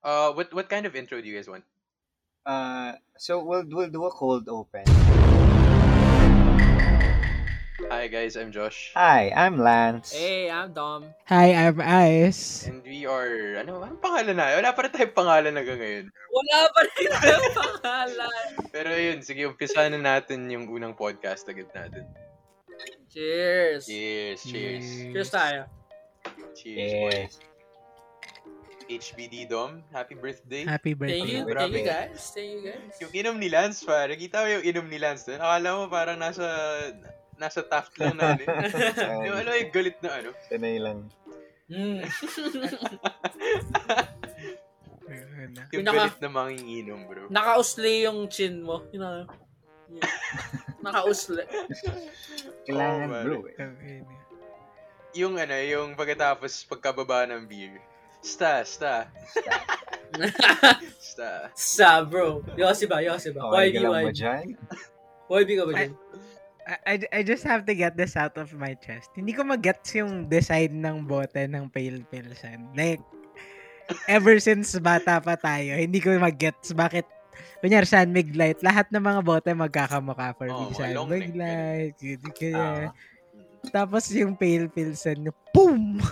Uh, what what kind of intro do you guys want? Uh, so we'll we'll do a cold open. Hi guys, I'm Josh, Hi, I'm Lance. Eh, Hey, Eh, I'm Dom. Hi, I'm Ice. and we are ano ang pangalan na? Wala pa rin tayong pangalan hanggang ngayon. Wala pa rin ang pangalan. Pero yun, sige, umpisahan na natin yung unang podcast agad natin. Cheers. Cheers, cheers. Cheers tayo. Cheers, boy. Yes. HBD Dom, happy birthday. Happy Thank birthday. you. Grabe. Thank you guys. Thank you guys. Yung inom ni Lance pa, nakita mo yung inom ni Lance doon? Akala mo parang nasa nasa taft lang na ano. eh. Yung ano yung galit na ano. Sanay lang. Mm. Ayun na. Yung Pinaka- galit na manginginom, bro. Nakausli yung chin mo. You know. Yeah. Nakausli. Kailangan Oh, man. bro eh. Ayun na. Yung ano, yung pagkatapos pagkababa ng beer. Sta, sta, sta. Sa bro. Yossi ba? Yossi ba? Okay, YB, galang mo YB. dyan? YB ka ba dyan? I, I- I just have to get this out of my chest. Hindi ko mag-gets yung design ng bote ng Pale Pilsen. Like, ever since bata pa tayo, hindi ko mag-gets bakit Kunyari, San Mig Light, lahat ng mga bote magkakamukha for Oo, me. mga San long Mig neck, Light, ganyan, ganyan. Ah. Tapos yung Pale Pilsen, yung boom!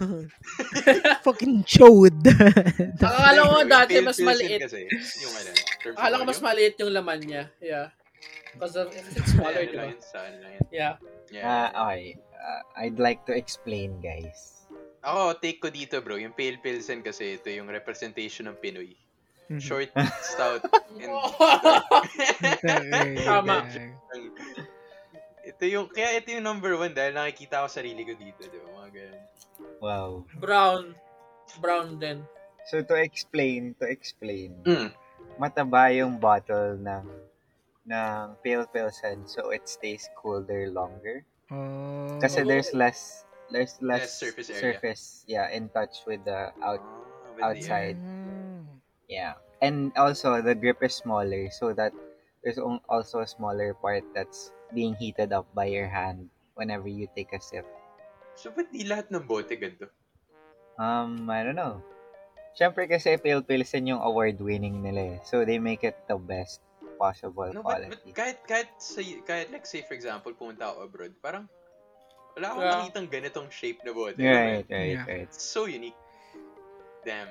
Fucking chode! Akala ko Yung dati pale mas pilsen maliit. Kasi, yung ano. terms of Akala ko mas volume. maliit yung laman niya. Yeah. Because of, it's Ayan, smaller, ano lang di ba? yun, sa ano lang yun. Yeah. Yeah. Ah, okay. Ah, I'd like to explain guys. Ako, take ko dito bro, yung pale pilsen kasi ito yung representation ng Pinoy. Mhm. Short, stout, and Tama. ito yung, kaya ito yung number one dahil nakikita ko sarili ko dito, di ba? Mga ganun. Wow. Brown. Brown din. So to explain, to explain. Mm. Mataba yung bottle ng ng pale pilsen so it stays colder longer. Oh. Kasi there's less there's Mm. Less less surface area. surface, yeah, in touch with the out Ah, with the outside. air. Mm. Yeah. And also the grip is smaller so that there's al- also a smaller part that's being heated up by your hand whenever you take a sip. So, ba't di lahat ng bote ganito? Um, I don't know. Siyempre kasi Pale Pilsen yung award-winning nila eh. So they make it the best possible No, but, but quality. kahit, kahit, sa, kahit like, say, for example, pumunta ako abroad, parang, wala akong Yeah. nakitang ganitong shape na bote. Right, right, Yeah. right. It's so unique. Damn.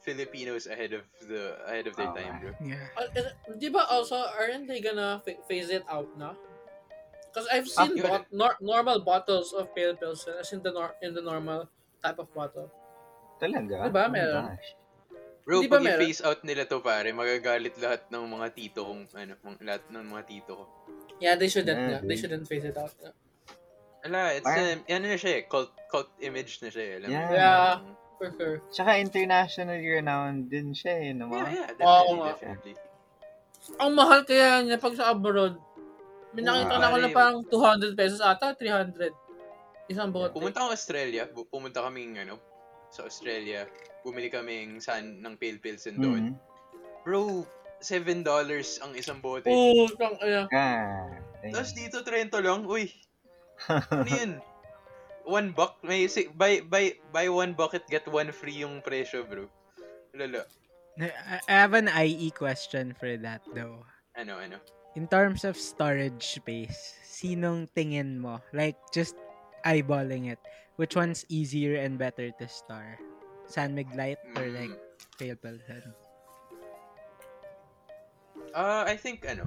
Filipinos ahead of the ahead of their Oo time, nga. bro. Yeah. Uh, is- Di ba also, aren't they gonna fa- phase it out na? Because I've seen Ah, bot- nor- normal bottles of pale pilsen as in the nor- in the normal type of bottle. Talaga? Oh Diba, my meron? gosh. Bro, Hindi ba pag meron? i-face out nila to, pare, magagalit lahat ng mga tito kong, ano, mga- lahat ng mga tito ko. Yeah, they shouldn't. Yeah, Yeah, they dude. shouldn't phase it out. na. Ala, it's, Parang- um, ano na siya eh, cult, cult image na siya eh. Alam mo Yeah. yun? Yeah. For sure. Tsaka internationally renowned din siya eh, no? Yeah, mga- yeah, Oo definitely, nga. definitely. Ang mahal kaya niya pag sa abroad. Oo, May nakita na ako na pare. parang 200 pesos ata, 300. Isang bote. Pumunta ako Australia, bu- pumunta kaming, ano, sa Australia, bumili kaming san ng pale pilsen doon. Mhm. Bro, $7 ang isang bote. Oo, tang ina. Ah, dang. Tapos dito, 30 lang. Uy, ano yun? One buck. May, si- buy, buy, buy one bucket, get one free yung presyo, bro. Lala. I I have an IE question for that though. Ano, ano? In terms of storage space, sinong tingin mo? Like, just eyeballing it. Which one's easier and better to store? San Mig Light or like Mm. Pale Pilsen? Ah, I think, ano,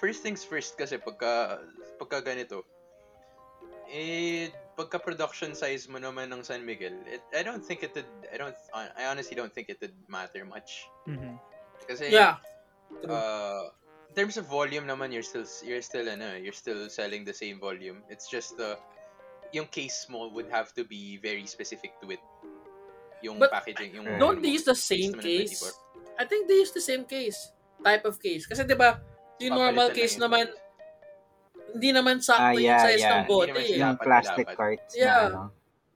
first things first kasi pagka, pagka ganito, eh, pagka production size mo naman ng San Miguel, it, I don't think it would, I don't, I honestly don't think it would matter much. Mhm. Kasi, Yeah. uh, in terms of volume naman you're still you're still ano, you're still selling the same volume. It's just the yung case mo would have to be very specific to it. Yung But packaging, yung Right. Don't ano they mo, use the same system ng case? 24. I think they use the same case. Type of case. Kasi 'di ba, Papalitan yung normal lang case yung- naman hindi naman sakto Ah, yeah, yung size yeah. ng bote. Hindi naman eh. yung dapat, plastic dapat. carts Yeah. na ano.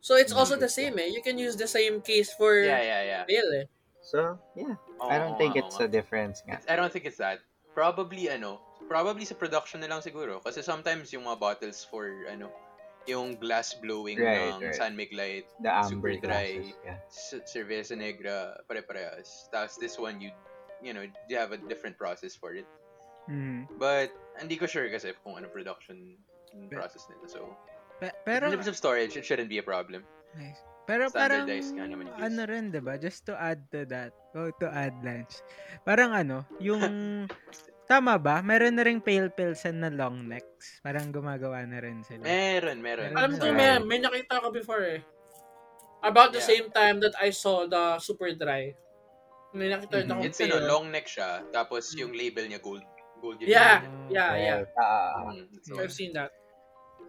So it's also Mm. the same eh. You can use the same case for Yeah, yeah, yeah. bail eh. So, yeah. Oo, I don't oo think nga, it's oo a difference nga. nga. It's- I don't think it's that. Probably ano, probably sa production na lang siguro kasi sometimes yung mga bottles for ano, yung glass blowing Right, ng right. San Miglite, The amber Super dry. glasses. Yeah. C- Cerveza Negra, pare-parehas. Tapos this one, you, you know, you have a different process for it. Mm. But, hindi ko sure kasi kung ano production process nito. So, Pe- in pero, terms of storage, it shouldn't be a problem. nice. Pero parang, Standardized nga naman yung ano rin, diba? Just to add to that, oh, to add Lance. Parang ano, yung, tama ba? Meron na rin pale pilsen na long necks. Parang gumagawa na rin sila. Meron, meron. Meron. Alam ko, Right. may, may nakita ko before eh. About the Yeah. same time that I saw the super dry. May nakita Mm-hmm. rin Mhm. Mm-hmm. akong It's ano, pair. long neck siya, tapos yung label niya gold. Gold yun. Yeah, Oh. yeah, yeah. Right. Ah, Mm, so, I've seen that.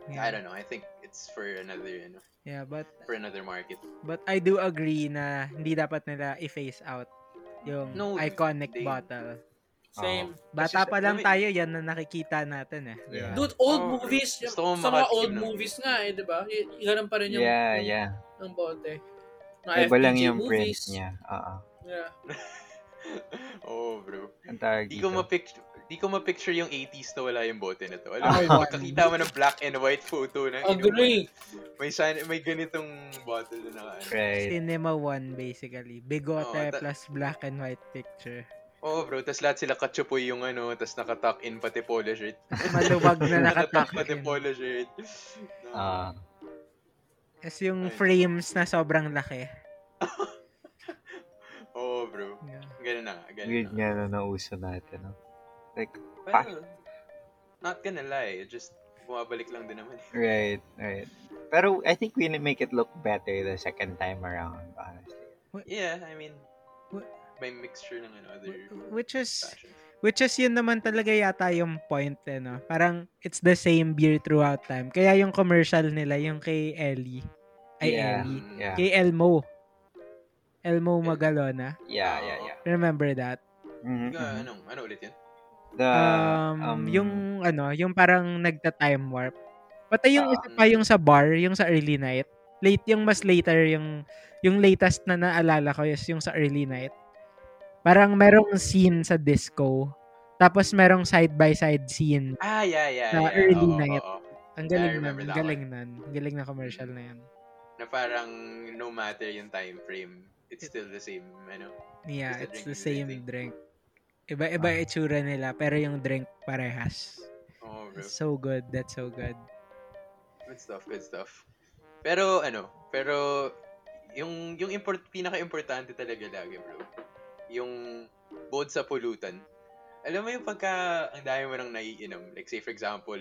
yeah. I don't know. I think it's for another, you know, Yeah, but, for another market. but I do agree na hindi dapat nila i-phase out yung No, iconic they- bottle. Oh. Same. Bata Kasi pa sa- lang I mean- tayo, yan na nakikita natin eh. Yeah. Dude, old Oh, movies. Yung, gusto ko sa mga makatikim old ng- movies nga eh, di ba? Y- ganun pa rin yung, yeah, yung, yeah. yung bote. Mga Iba lang FPG yung print movies. niya. Ah, Oo. Yeah. oh, bro. Ang tawag Di ko dito. mapicture di ko mapicture yung 80s na wala yung bote nito. Alam Ah, Ay, mo, wag. pagkakita mo ng black and white photo na inuman, Agree. may san- may ganitong bottle na ano. naka. Right. Cinema 1 basically. Bigote Oo, ta- plus black and white picture. Oo, bro, tas lahat sila kachupoy yung ano, tas nakatuck in pati polo shirt. Maluwag na Nakatuck nakatuck pati in. polo shirt. Ah. Tapos yung Ayun. frames na sobrang laki. Oo, bro. Yeah. Ganun na, nga, ganun Weird na. nga na nauso natin, no? Like, Pero, not gonna lie, just bumabalik lang din naman. right, right. Pero I think we make it look better the second time around, honestly. Yeah, I mean, What? may mixture ng ano, other Which is fashion. which is yun naman talaga yata yung point eh, no? Parang it's the same beer throughout time. Kaya yung commercial nila yung kay Ellie. Ay Yeah. Ellie. Yeah, Kay Elmo. Elmo Magalona. yeah, yeah, yeah. Remember that? Mhm, Ah, mhm. anong, ano ulit yun? The, Ah, um, um, yung ano, yung parang nagta-time warp. Patay yung Ah. isa um, pa yung sa bar, yung sa early night. Late yung mas later yung yung latest na naalala ko is yung sa early night. Parang merong scene sa disco. Tapos merong side by side scene. Ah, yeah, yeah, Na yeah. early Oo, night. oo, oo. Ang Yeah, I galing nun, remember ang that galing nun. Ang galing na commercial na yan. Na parang, no matter yung time frame, it's still the same, ano. Yeah, Basta it's drink the is same everything. drink. Iba-iba Ah. itsura nila pero yung drink parehas. Oh, bro. That's so good, that's so good. Good stuff, good stuff. Pero, ano, pero, yung, yung import, pinaka-importante talaga lagi, bro. Yung, both sa pulutan. Alam mo yung pagka, ang dami mo nang naiinom. Like, say, for example,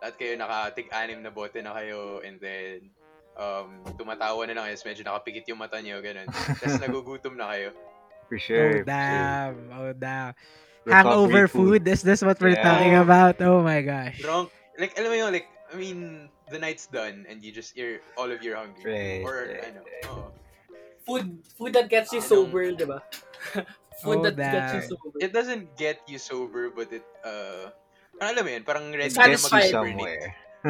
lahat kayo nakatig-anim na bote na kayo, and then, um, tumatawa na lang kayo, so medyo nakapikit yung mata nyo, ganun. Tapos nagugutom na kayo. for sure. oh damn, oh damn. for sure. Hangover Recovery food. is this what we're Yeah. talking about? Oh my gosh. Drunk, like, alam mo yun, like, I mean, the night's done, and you just, you're, all of you are hungry. Right, Or, right, ano, oo. Food food that gets you sober, di ba? food Oh, that gets you damn. sober. it doesn't get you sober, but it, uh, parang alam mo yun, parang ready It ka na gets you Satisfied. mag-hibernate. somewhere.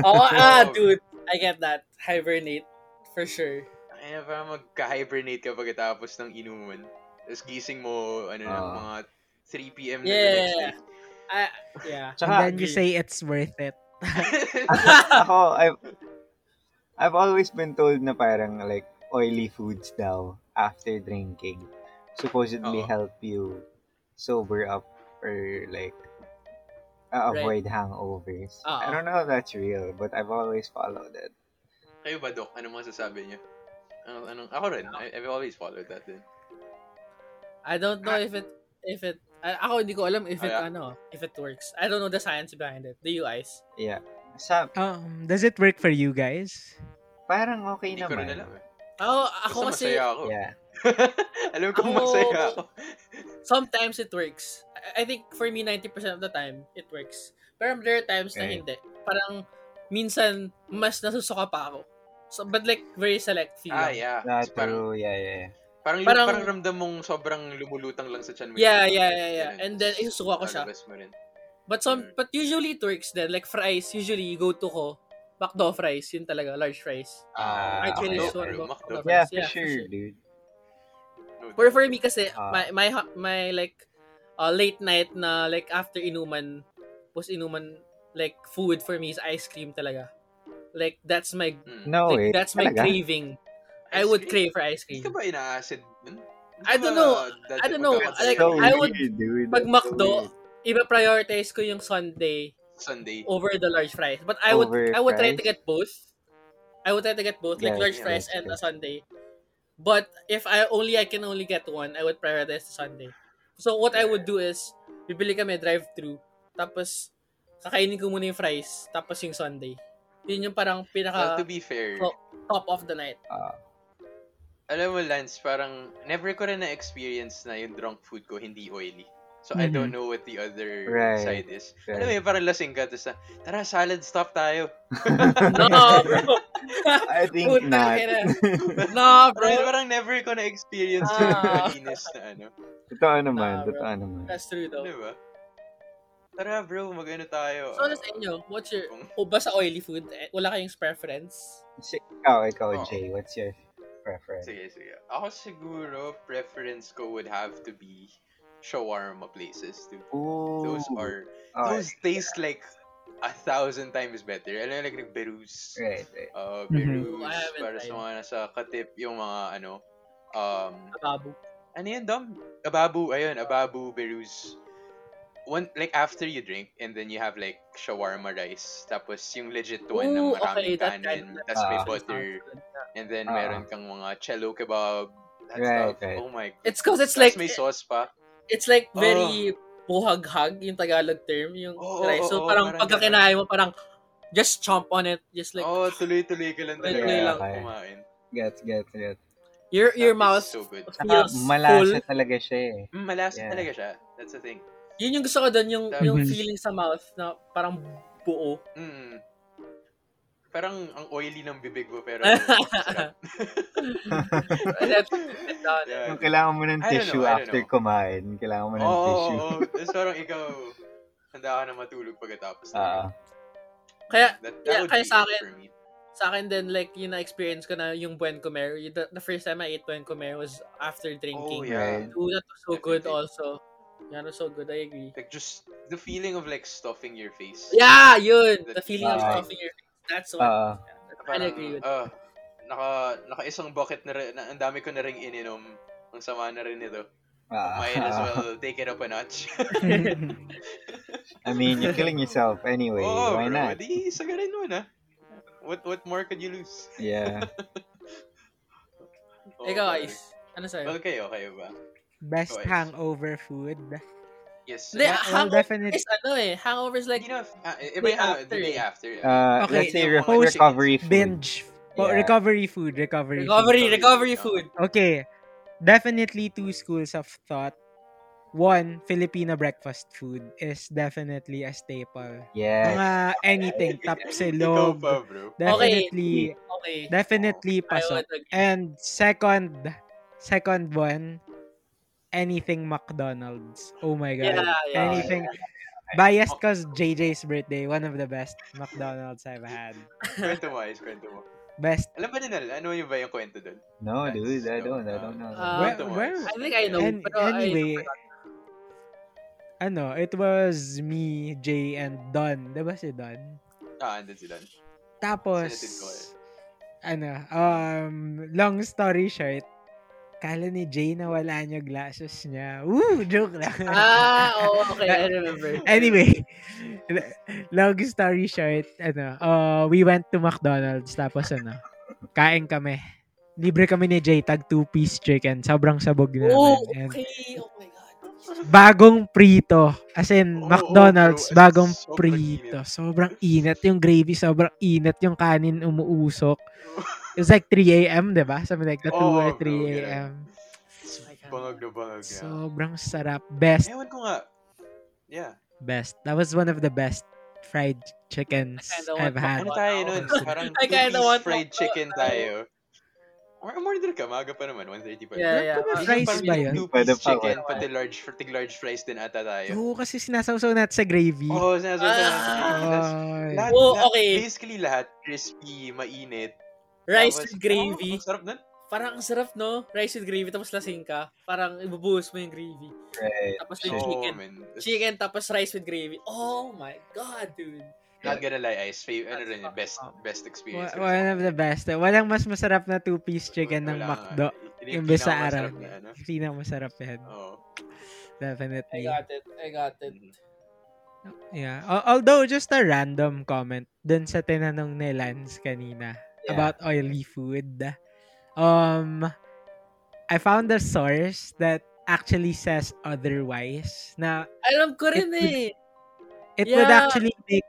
Oo, ah, Oo. dude. I get that. Hibernate. For sure. Ay, parang magka-hibernate ka pagkatapos ng inuman. Tapos gising mo, ano na, Oo. mga 3 p.m. na the next Yeah. day. Ah, yeah. And Tsaka, then you say it's worth it. ako, I've, I've always been told na parang like oily foods daw after drinking supposedly Oo. help you sober up or like uh, avoid Right. hangovers. Oo. I don't know if that's real, but I've always followed it. Kayo ba, Doc? Anong masasabi niyo? Ano, anong, ako rin. I, I've always followed that din. I don't know if it if it ah, ako hindi ko alam if it Kaya- ano, if it works. I don't know the science behind it. The UIs. Yeah. Sa Um, does it work for you guys? parang okay Hindi ko rin alam. naman. Eh. Oh, ako Basta kasi masaya ako. Yeah. alam ko Ako- masaya ako. sometimes it works. I, I think for me 90% of the time it works. Pero there are times na Right. hindi. Parang minsan mas nasusuka pa ako. So, but like very select few. Ah, lang. yeah. Not So, parang, true. Yeah, yeah. yeah. parang, parang, Parang- ramdam mong sobrang lumulutang lang sa chan mo. Yeah, yeah, yeah, yeah. Ganun. And then isusuka ko siya. Lalabas mo rin. But some Mm. but usually it works then like fries usually you go to ko McDo fries, yun talaga, large fries. Ah, I okay. actually Makdo, okay. bro, Makdo. McDo Yeah, fries. for sure, dude. Mm. No For doubt. for me kasi Ah. my my ho- my like uh, late night na like after inuman post inuman like food for me is ice cream talaga. Like that's my Mm. No like, way. that's my Oh, eh, Talaga? craving. I would crave for ice Hindi cream. ka ba ina-acid? dun? Hindi I ka don't ba know. dati I don't know. pagka- Like, So I would- weird, dude. Pag That's so McDo, weird. iba prioritize ko yung Sunday Sunday. over the large fries. But I would Over I would try to fries? get both. I would try to get both, like Yes, large yes, fries and a yes. Sunday. But if I only I can only get one, I would prioritize the Sunday. So what I would do is bibili kami drive-thru, tapos kakainin ko muna yung fries, tapos yung Sunday. Yun yung parang Well, to pinaka be fair, Well, top of the night. Ah, alam mo Lance, parang never ko rin na-experience na yung drunk food ko hindi oily. So I don't know what the other Mm-hmm. Right, side is. right. Alam mo yun, parang lasing ka, tapos na, tara, salad stop tayo. No, bro. I think Puta not. ka na. no, bro. Parang, parang never ko na-experience yung Ah. malinis na ano. totoo naman, Ah, bro. totoo naman. That's true Di though. ba? Tara bro, mag-ano tayo. So ano sa inyo? What's your Kung- o ba sa oily food? Eh, Wala kayong preference? Si- Ikaw, ikaw, Oo. Jay, what's your preference? Oh. Sige, sige. Ako siguro, preference ko would have to be shawarma places. Dude. Oh Ooh. Those are, alright, those taste like a thousand times better. Alam mo, like, like Berus. right, right. Uh, Mhm. Berus, Ooh, Mm-hmm. Oh, I haven't para sa tried. mga nasa Katip, yung mga ano, um, Ababo. ano yun, Dom? Ababu, ayun, Ababu, Berus. One, like, after you drink, and then you have, like, shawarma rice. Tapos, yung legit one ng Ooh, maraming that kanin. kind of Tapos may Ah. butter. And then, Ah. meron kang mga cello kebab. That Right, stuff. right. Oh my god. It's cause it's Tapos like may sauce pa. it's like very buhaghag yung Tagalog term yung Oo, rice. oo, So oo, parang parang pagka ganun. kinain mo parang just chomp on it. Just like oh, tuloy-tuloy ka lang talaga Tuloy-tuloy lang. kumain. Gets, gets, gets. your your That mouth is so good. Saka feels full. malasa talaga siya eh. Mm, malasa Yeah. talaga siya. That's the thing. Yun yung gusto ko doon yung That yung is- feeling sa mouth na parang buo. Mm. Parang ang oily ng bibig mo pero sarap. That's- that's all. Yeah. Kung kailangan mo I ng don't tissue know, I don't after know. Oh, kumain, kailangan mo Oo, ng oo, tissue. oo. Tapos parang ikaw, handa ka na matulog pagkatapos. Ah, Kaya that, that yeah, would kaya be sa it akin- for me. sa akin din like yung na-experience ko na yung buen comer. Yung- The, the first time I ate buen comer was after Oh, drinking. yeah. Right. Ooh, that was so good Definitely. also. That was so good. I agree. Like, just the feeling of, like, stuffing your face. Yeah, yun. The feeling of Wow. stuffing your face. That's what. ah, I Parang, agree with ah, naka, naka isang bucket na, rin- na ang dami ko na ring ininom. Ang sama na rin ito. ah, Might as ah. well take it up a notch. I mean, you're killing yourself anyway. oh, Why bro, not? Di, sagarin mo na. ah. What what more could you lose? Yeah. Oh, Ikaw, pare. guys. Ano sa'yo? Well, kayo, kayo ba? Best Choice. hangover food. Yes. Hindi, Ah, ah, Well, Hangover definitely. Is ano eh. Hangover is you like, know, ah, iba Day yung ah, after the day eh. after. Uh, Okay, let's say yung re- mga recovery food. Binge. Po- Yeah. Recovery food. Recovery, recovery, food. recovery food. food. Okay. Definitely two schools of thought. One, Filipino breakfast food is definitely a staple. Yes. Mga anything, Ikaw tapsilog. pa, bro. Definitely, Okay. definitely I would pasok. agree. And second, second one, anything McDonald's. Oh my god. Yeah, yeah. anything. Biased cause JJ's birthday, one of the best McDonald's I've had. Kwento mo, guys, kwento mo. Best. Alam ba nila, ano yung ba yung kwento doon? No, dude, That's- I don't, I uh, don't know. uh, Kwento mo, where- guys. I think I know. An- pero I- anyway, ano, it was me, Jay, and Don. Diba si Don? Ah, andun si Don. Tapos, Sinatid ko eh. ano, um, long story short, kala ni Jay na wala niya glasses niya. Woo! Joke lang. Ah, oo, okay. I remember. anyway, long story short, ano, uh, we went to McDonald's, tapos ano, kain kami. Libre kami ni Jay, tag two-piece chicken. Sobrang sabog namin. Oh, And okay. Oh my God. bagong prito. As Oo, in, Oh, oo, McDonald's, bro. bagong Sobrang prito. Sobrang init yung gravy, sobrang init yung kanin umuusok. It was like 3 a.m., di ba? Something like that, 2 Oo, Oh, or bro, 3 ganun. a.m. Bangag na bangag na. Sobrang sarap. Best, Ewan ko nga. Yeah. best. That was one of the best fried chickens I kinda want I've had. Ano tayo nun? Parang I kinda two-piece want- fried chicken tayo. Or umorder ka, maaga pa naman, 1.30 pa. Yeah, yeah. Kung may Ah, fries Parang ba yun? Pwede Two-piece pa, chicken, wala. pati large, pati large fries din ata tayo. Oo, kasi sinasawsaw natin sa gravy. Oo, sinasabi ko na. That's- Ay. Lahat, Oh, lahat- Ah. okay. Basically lahat, crispy, mainit. Rice Tapos- with gravy. Oh, ang sarap nun. Parang ang sarap, no? Rice with gravy, tapos lasing ka. Parang ibubuhos mo yung gravy. Right. Tapos yung Shit. Oh, chicken. man. That's- Chicken, tapos rice with gravy. Oh my God, dude. Not gonna lie, Ice. Fav- ano That's rin, yun, best fucked best experience. Wa- One of the best. Walang mas masarap na two-piece chicken ng McDo. Imbes sa araw. Sino masarap yan. ano. Oh. I Definitely. got it. I got it. Mm. Yeah. Al- Although, just a random comment dun sa tinanong ni Lance kanina Yeah. about oily food. Um, I found a source that actually says otherwise. Na Alam ko rin eh. it would Yeah. actually make...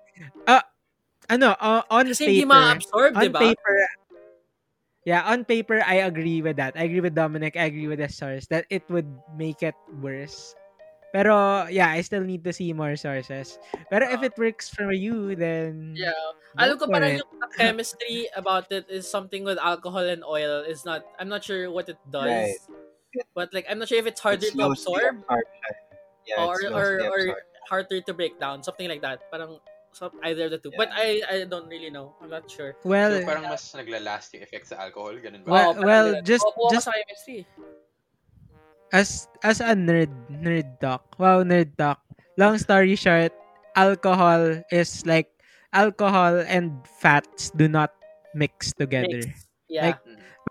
Uh, ano, uh, on Kasi hindi paper... ma-absorb, on di ba? paper, yeah, on paper, I agree with that. I agree with Dominic. I agree with the source that it would make it worse. Pero, yeah, I still need to see more sources. Pero if it works for you, then... Yeah. go Alam ko for parang it. yung chemistry about it is something with alcohol and oil is not, I'm not sure what it does. Right. But like, I'm not sure if it's harder It to slows the absorb, absorption. Yeah, Or- it slows or- the or- absorption. harder to break down, something like that. Parang so- either of the two. Yeah. But I I don't really know. I'm not sure. Well, So, parang mas naglalast yung effect sa alcohol, ganun ba? Well- Oo, parang well, ganun. just- Opo ako just- sa chemistry. as as a nerd, nerd talk. Wow, nerd talk. Long story short, alcohol is like... Alcohol and fats do not mix together. Mix. Yeah. Like,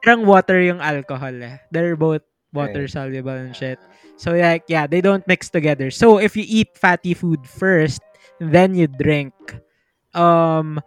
Parang water yung alcohol eh. They're both water Right. soluble and shit. Ah. So like yeah, they don't mix together. So if you eat fatty food first, then you drink, um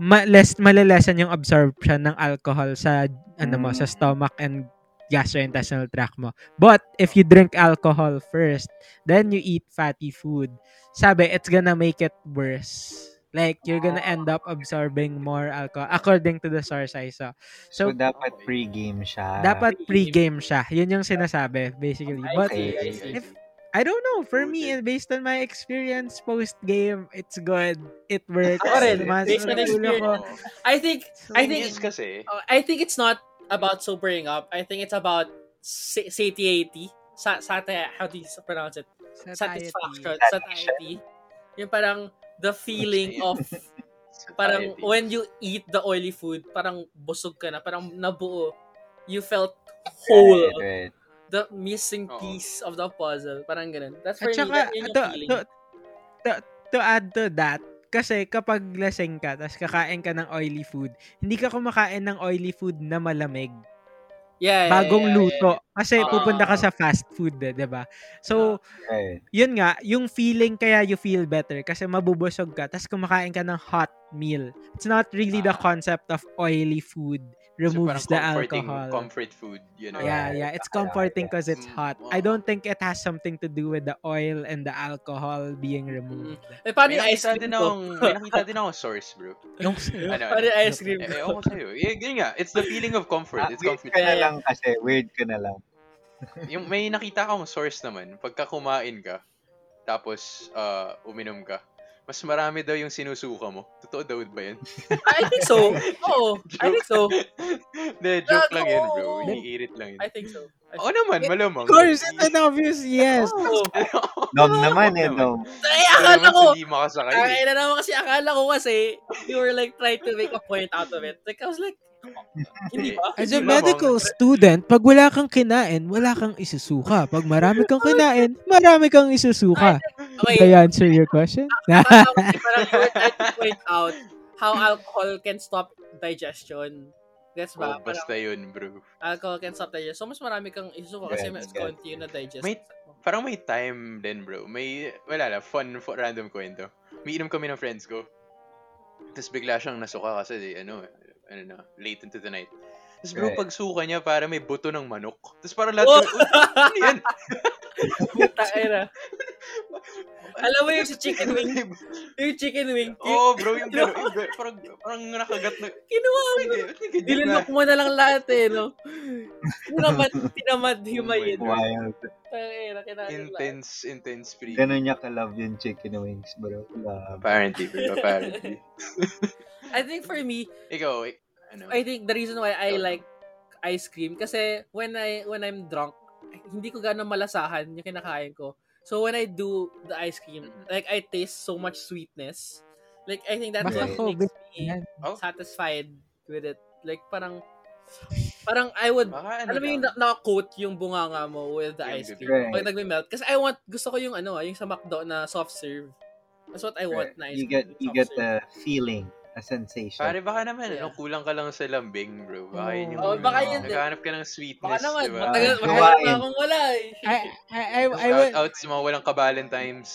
ma- less malalesan yung absorption ng alcohol sa ano mo sa Mm. stomach and gastrointestinal tract mo. But if you drink alcohol first, then you eat fatty food, sabi it's gonna make it worse. Like you're gonna end up absorbing more alcohol according to the source I saw. So, So dapat pre-game siya. dapat pre-game siya. Yun yung sinasabi basically. I But see, I Okay. see. if I don't know. For me, Okay. and based on my experience post game, it's good. It works. Ako rin, Mas based on natutulo experience. ko. Oo. I think I think Yes, kasi, uh, I think it's not about sobering up. I think it's about sa- satiety. Sa sati how do you pronounce it? Satisfaction. Satiety. Yung parang the feeling of parang society. when you eat the oily food, parang busog ka na, parang nabuo. You felt whole. Right, right. The missing Oo. piece of the puzzle. Parang ganun. That's for At me, saka, that, yun yung to, feeling. to, to, to add to that, kasi kapag lasing ka, tapos kakain ka ng oily food, hindi ka kumakain ng oily food na malamig. yeah, yeah, Bagong yeah, yeah, luto. Kasi Ah. pupunta ka sa fast food, eh, di ba? So, Right. yun nga, yung feeling kaya you feel better kasi mabubusog ka tapos kumakain ka ng hot meal. It's not really the Ah. concept of oily food removes so parang the comforting- alcohol. Comfort food, you know? yeah, Right. yeah, it's comforting because it's Mm, hot. wow. I don't think it has something to do with the oil and the alcohol being removed. yeah. Eh, May paano yung ice nakita cream din ko? akong, may nakita din akong source, bro. Yung Ano, Paano yung ice cream Eh, ko? eh, ako sa'yo. Eh, ganyan nga. It's the feeling of comfort. Ah, It's weird comfort. ka na Yeah. lang kasi. Weird ka na lang. Yung may nakita akong source naman, pagka kumain ka, tapos ah, uminom ka, mas marami daw yung sinusuka mo. Totoo daw ba yun? I think so. Oo. I think so. De, joke Gago! lang yun, bro. Iniirit lang yun. I think so. I Oo naman, malamang. Of course, it's an obvious yes. Oh. Dom naman eh, naman. Dom. Ay, akala ko! Hindi makasakay. eh. Ay, na naman kasi akala ko kasi you were like trying to make a point out of it. Like, I was like, hindi ba? As As a a Hindi ba? medical medical student, pag wala kang kinain, wala kang isusuka. Pag marami kang kinain, marami kang isusuka. Okay, Ah, Did I answer your question? Akala ko kasi parang you were trying to point out how alcohol can stop digestion. That's Oh, ba? parang basta yun, bro. alcohol can stop digestion. So, mas marami kang isusuka kasi Yes, mas yes, konti yung na-digest. May- Parang may time din, bro. May, wala na, fun, fun random kwento. May inom kami ng friends ko. Tapos bigla siyang nasuka kasi, di, ano, eh, ano na, late into the night. Tapos bro, Right. pag suka niya, para may buto ng manok. Tapos parang lahat, oh! ano yan? Puta, ay na. Alam mo yung sa chicken wing, yung chicken wing, yung Oo, oh, bro, yung gano'n. yung gano'n. Parang, parang nakagat na. kinuha mo. Sige, sige, Dilunok mo na lang lahat eh, no? Tinamad, tinamad, himayin. Wild. Tangina, kinain lang. Intense, intense pre. Ganun niya ka-love yung chicken wings, bro. Love. Apparently, bro, apparently. I think for me, Ikaw, ik- ano? I think the reason why I Ikaw. like ice cream kasi when I when I'm drunk, hindi ko gano'ng malasahan yung kinakain ko. So when I do the ice cream, Mhm. like I taste so much sweetness. Like I think that's Baka what ako, makes me Yan. Oh. satisfied with it. Like parang parang I would Baka ano alam mo yung lang. na- naka-coat yung bunganga mo with the Yung ice bibig. cream. Right. Pag nagme-melt. Kasi I want, gusto ko yung ano, ah, yung sa McDo na soft serve. That's what I want na ice You cream get with you get soft serve. the feeling, a sensation. Pare, baka naman, Yeah. ano, kulang ka lang sa lambing, bro. Baka yun yung... Oh, baka yun din. Naghahanap ka ng Baka sweetness, naman, diba? matagal, Gawain. matagal na akong wala eh. I, I, I, I out, would, outs mo, walang ka-Valentine's.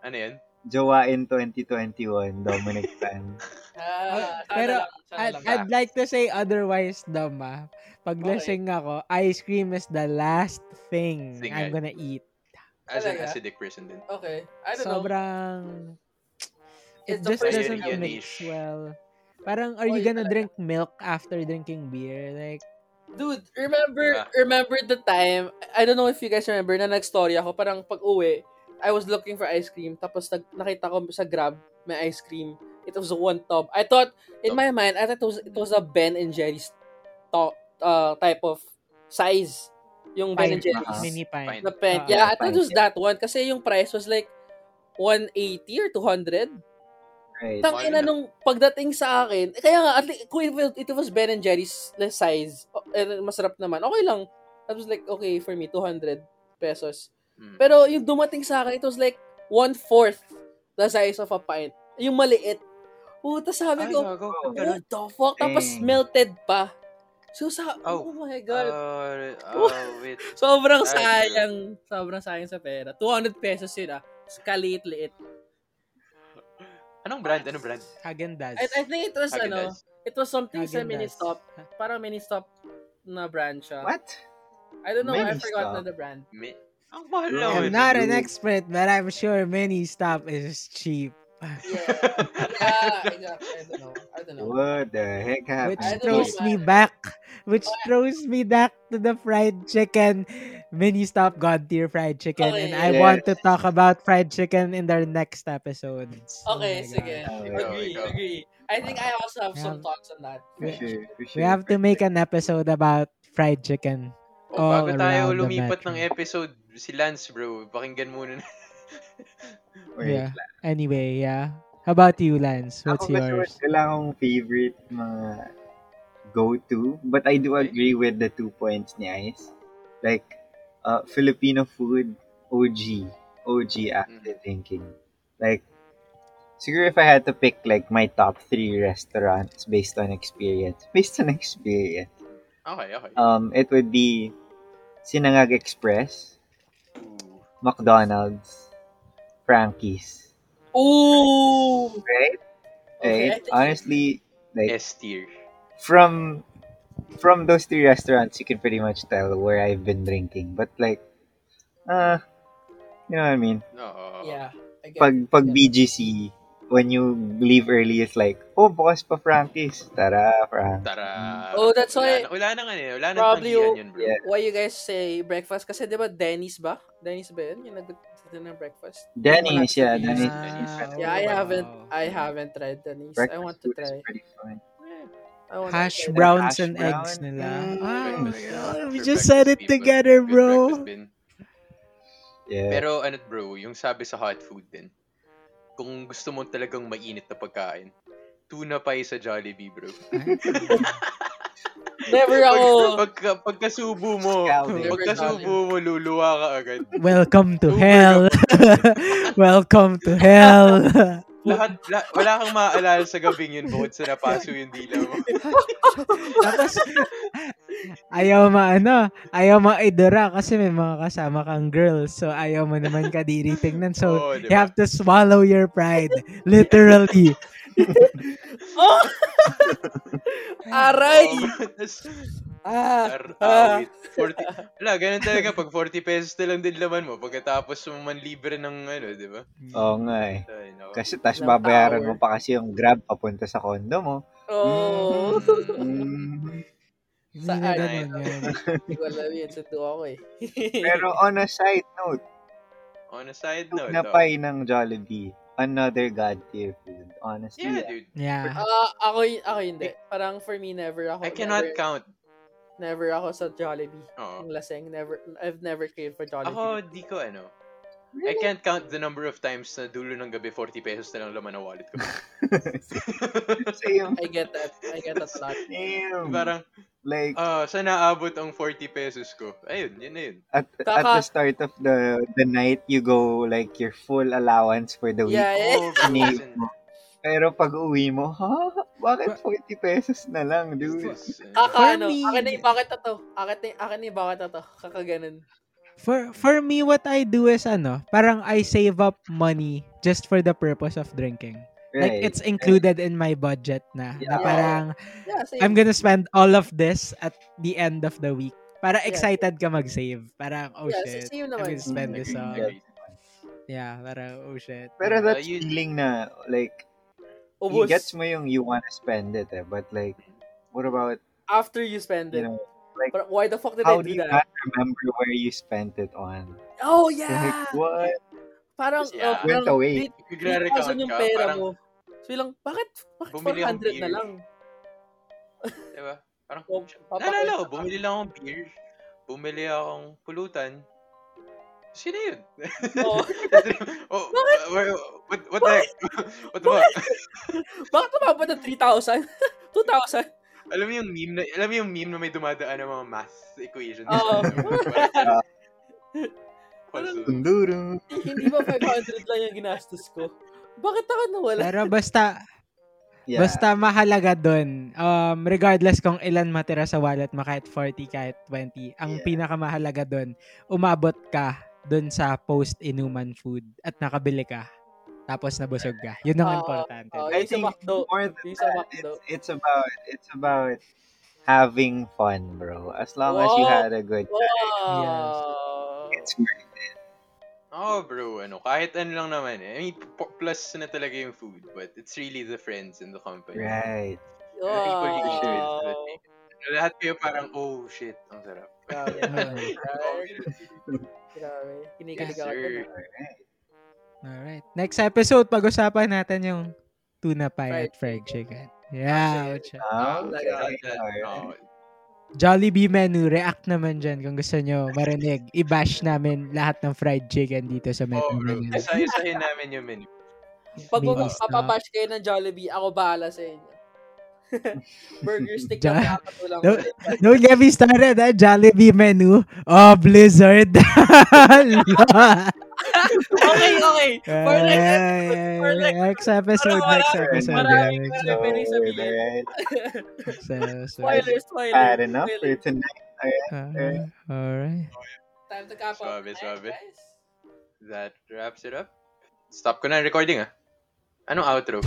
Ano yan? Jowain 2021, Dominic Tan. Ah, sana Pero, lang, sana I'd, lang. I'd ah. like to say otherwise, dumb ah. Pag Okay. lasing ako, ice cream is the last thing Sige. I'm gonna eat. As an Talaga? acidic person din. okay, I don't know. Sobrang... It's It just oppressive. doesn't Yun, yun, mix ish. well. Parang, are Oy, you gonna talaga. drink milk after drinking beer? Like, Dude, remember Diba? remember the time, I don't know if you guys remember, na nag-story ako, parang pag-uwi, I was looking for ice cream, tapos nag- nakita ko sa Grab, may ice cream. It was one tub. I thought, in my mind, I thought it was, it was a Ben and Jerry's to- uh, type of size. Yung Ben and pint. Jerry's. Uh-huh. Mini pint. Pint. The pen. Ah, yeah, I pint, thought it was that one. Kasi yung price was like 180 or 200. Right. Tang- Tangina Mahal na. nung pagdating sa akin, eh, kaya nga, at least, kung it was- it was Ben and Jerry's na size, o- eh, masarap naman, okay lang. That was like, okay, for me, 200 pesos. Hmm. Pero yung dumating sa akin, it was like one-fourth the size of a pint. Yung maliit. Puta, sabi Ay, ko, gago. Oh, what the fuck? Tapos Dang. melted pa. So, sa, Oh. oh my God. Uh, oh, wait. Sobrang Ay, sayang. Sobrang sayang sa pera. 200 pesos yun ah. Kaliit-liit. Anong brand? Anong brand? Häagen-Dazs. And I think it was ano, Häagen-Dazs. it was something sa Häagen-Dazs. mini-stop. Parang mini-stop na brand siya. What? I don't know. I Mini-stop? forgot na the brand. Mi- Ang mahal Yeah, naman. I'm Dude. not an expert, but I'm sure mini stop is cheap. Yeah. yeah, exactly. I don't know. I don't know. What the heck Which I happened? don't know, throws me man. back, which throws me back to the fried chicken, mini stop god tier fried chicken, and I Okay. want to talk about fried chicken in our next episodes. Oh Okay, my God. sige. Oh, Ikaw, Agree, ikaw. agree. I think I also have some Yeah. thoughts on that. For sure, for We sure, have to for make sure. an episode about fried chicken. O, Oh, bago all tayo around the lumipat ng metro. episode, si Lance, bro, pakinggan muna na. Wait, Yeah. Anyway, yeah. How about you, Lance? What's Ako kasi yours? Wala akong favorite mga go-to. But I do agree with the two points ni Ice. Like, uh, Filipino food, OG. OG after Mm-hmm. thinking. Like, siguro if I had to pick like my top three restaurants based on experience. Based on experience. Okay, okay. Um, it would be Sinangag Express, Ooh. McDonald's, Frankie's. Ooh! Right? Okay, I Right? think- Honestly, like, S tier. from from those three restaurants, you can pretty much tell where I've been drinking. But like, uh, you know what I mean? Oo. Yeah. I get it. Pag pag Yeah. BGC, when you leave early, it's like, oh, bukas pa Frankie's. Tara, Frank. Tara. Oh, that's why- Wala na, wala na nga eh. Wala na Probably tangian you- yun, bro. Yeah. Why you guys say breakfast? Kasi di ba Denny's ba? Denny's ba yun? Yung nag-dinner ng breakfast? Denny's, yeah, Wala Denny's. sa Denny's. Denny's. Yeah, I Oh, haven't. wow. I haven't tried Denny's. I Breakfast want to food is try. pretty fun. I want Hash to try that. browns hash and eggs brown. nila. Mm. Oh Ah, my oh, God. we Good breakfast, just said it people. together, Good bro. breakfast din. Yeah. Pero ano bro, yung sabi sa hot food din. Kung gusto mo talagang mainit na pagkain, tuna pie sa Jollibee, bro. Never oh. ako. Pag, pagka, pagkasubo mo, Scalding. pagkasubo mo, luluwa ka agad. Welcome to Oh my hell. Welcome to hell. Lahat, la, wala kang maaalala sa gabing yun bukod sa napaso yung dila mo. Tapos, ayaw maano, ayaw maidura kasi may mga kasama kang girls. So, ayaw mo naman kadiri tingnan. So, Oo, you diba? have to swallow your pride. Literally. Oh! Aray! Oh, Oo, tas, Ah! ar- awit. 40, wala, ganun talaga. Pag 40 pesos na lang din laman mo, pagkatapos mo man libre ng ano, di ba? Oo nga eh. Ay, nako. Kasi tas Ng babayaran tower. mo pa kasi yung grab papunta sa kondo mo. Oh! Mm. Hindi Saan? na ganun yun. Hindi ko alam yun. Sundo ako eh. Pero on a side note, On a side note, tuna oh. pie ng Jollibee, another god tier food. Honestly, Yeah, dude. Oh. Yeah. Ah, ako, y- ako hindi. Parang for me, never ako. I cannot never, count. Never ako sa Jollibee. Oo. Ang laseng. Never, I've never craved for Jollibee. Ako, di ko ano. I can't count the number of times na dulo ng gabi 40 pesos na lang laman ng wallet ko. same. I get that. I get that a lot. Same. Parang, Like, Ah, uh, sana abot ang 40 pesos ko. Ayun, yun na yun. at, at Saka- the start of the the night, you go, like, your full allowance for the week. Yeah, eh. Oh, Ni- Vincent. Pero pag uwi mo, ha? Bakit 40 pesos na lang, dude? This is, uh, Kaka, ano, me- akin na yung bucket na to. Akin na, akin na yung bucket na to. Kaka ganun. For for me what I do is ano, parang I save up money just for the purpose of drinking. Like Right. it's included in my budget na. Na Yeah. parang Yeah, same. I'm gonna spend all of this at the end of the week. Para Yeah. excited ka mag-save. Parang, oh Yeah, shit. same I'm naman. gonna spend Agree, this on. agree. Yeah, parang, oh shit. Pero Yeah. that Uh, you- feeling na, like, you Ubus. gets mo yung you wanna spend it, eh. But, like, what about, After you spend you it. know, But why the fuck did how I do do you not that? remember where you spent it on? Oh, yeah! Like, what? Parang, Yeah. uh, Went parang away. eight- Nagre-record 8,000 yung ka, pera parang, mo. So, bilang, bakit, bakit Bumili akong 400 na beer. lang? diba? Parang, Oh, nalala ko, papakwenta ka. bumili lang akong beer, bumili akong pulutan. Sino yun? Oo. oh, uh, what, what the heck? what the fuck? Bakit tumabot ng 3,000? 2,000? Alam mo yung meme na, alam mo yung meme na may dumadaan ng mga math equation. Oo. Puzzle. Dundurun. Eh, Hindi ba 500 lang yung ginastos ko? Bakit ako nawala? Pero basta, Yeah. basta mahalaga dun. Um, regardless kung ilan matira sa wallet mo, kahit 40, kahit 20, ang Yeah. pinakamahalaga dun, umabot ka dun sa post-inuman food at nakabili ka. Tapos nabusog ka. Yun Ah, ang importante. ah, I Yung sa think McDo. more than Yung sa that, McDo. it's, it's about it's about having fun, bro. As long as you Wow. had a good Wow! it's worth Oh, bro, ano, kahit ano lang naman eh. I mean, p- plus na talaga yung food, but it's really the friends and the it. company. Right. People you share it Wow! with. Lahat kayo parang, oh shit, ang sarap. Grabe. Alright. Oh, shit. Grabe. yes, Kinikilig ako. sir. Alright. Next episode, pag-usapan natin yung tuna pie Fried at fried chicken. Yeah. Actually, Ocha. Ah, Oh, okay. that- that- Alright. oh, Jollibee menu, react naman dyan kung gusto nyo marinig. I-bash namin lahat ng fried chicken dito sa Oh, Metro bro. Manila. Isa-isahin namin yung menu. Pag Mini mag- stop. papabash kayo ng Jollibee, ako bahala sa inyo. Burger stick lang Jo- kaya ako lang. No. Don't get me started, ah. Jollibee menu. Oh, Blizzard. okay, okay. For next Ay, episode, for ay, next- Next episode, Parang next wala- episode. maraming- next So, May sabihin. alright. episode. So, Spoiler, spoiler. Bad enough for spoiler. tonight. ah, Alright. Time to cap out. Swabe, Ayan, swabe. guys. That wraps it up. Stop ko na yung recording ah. Anong outro?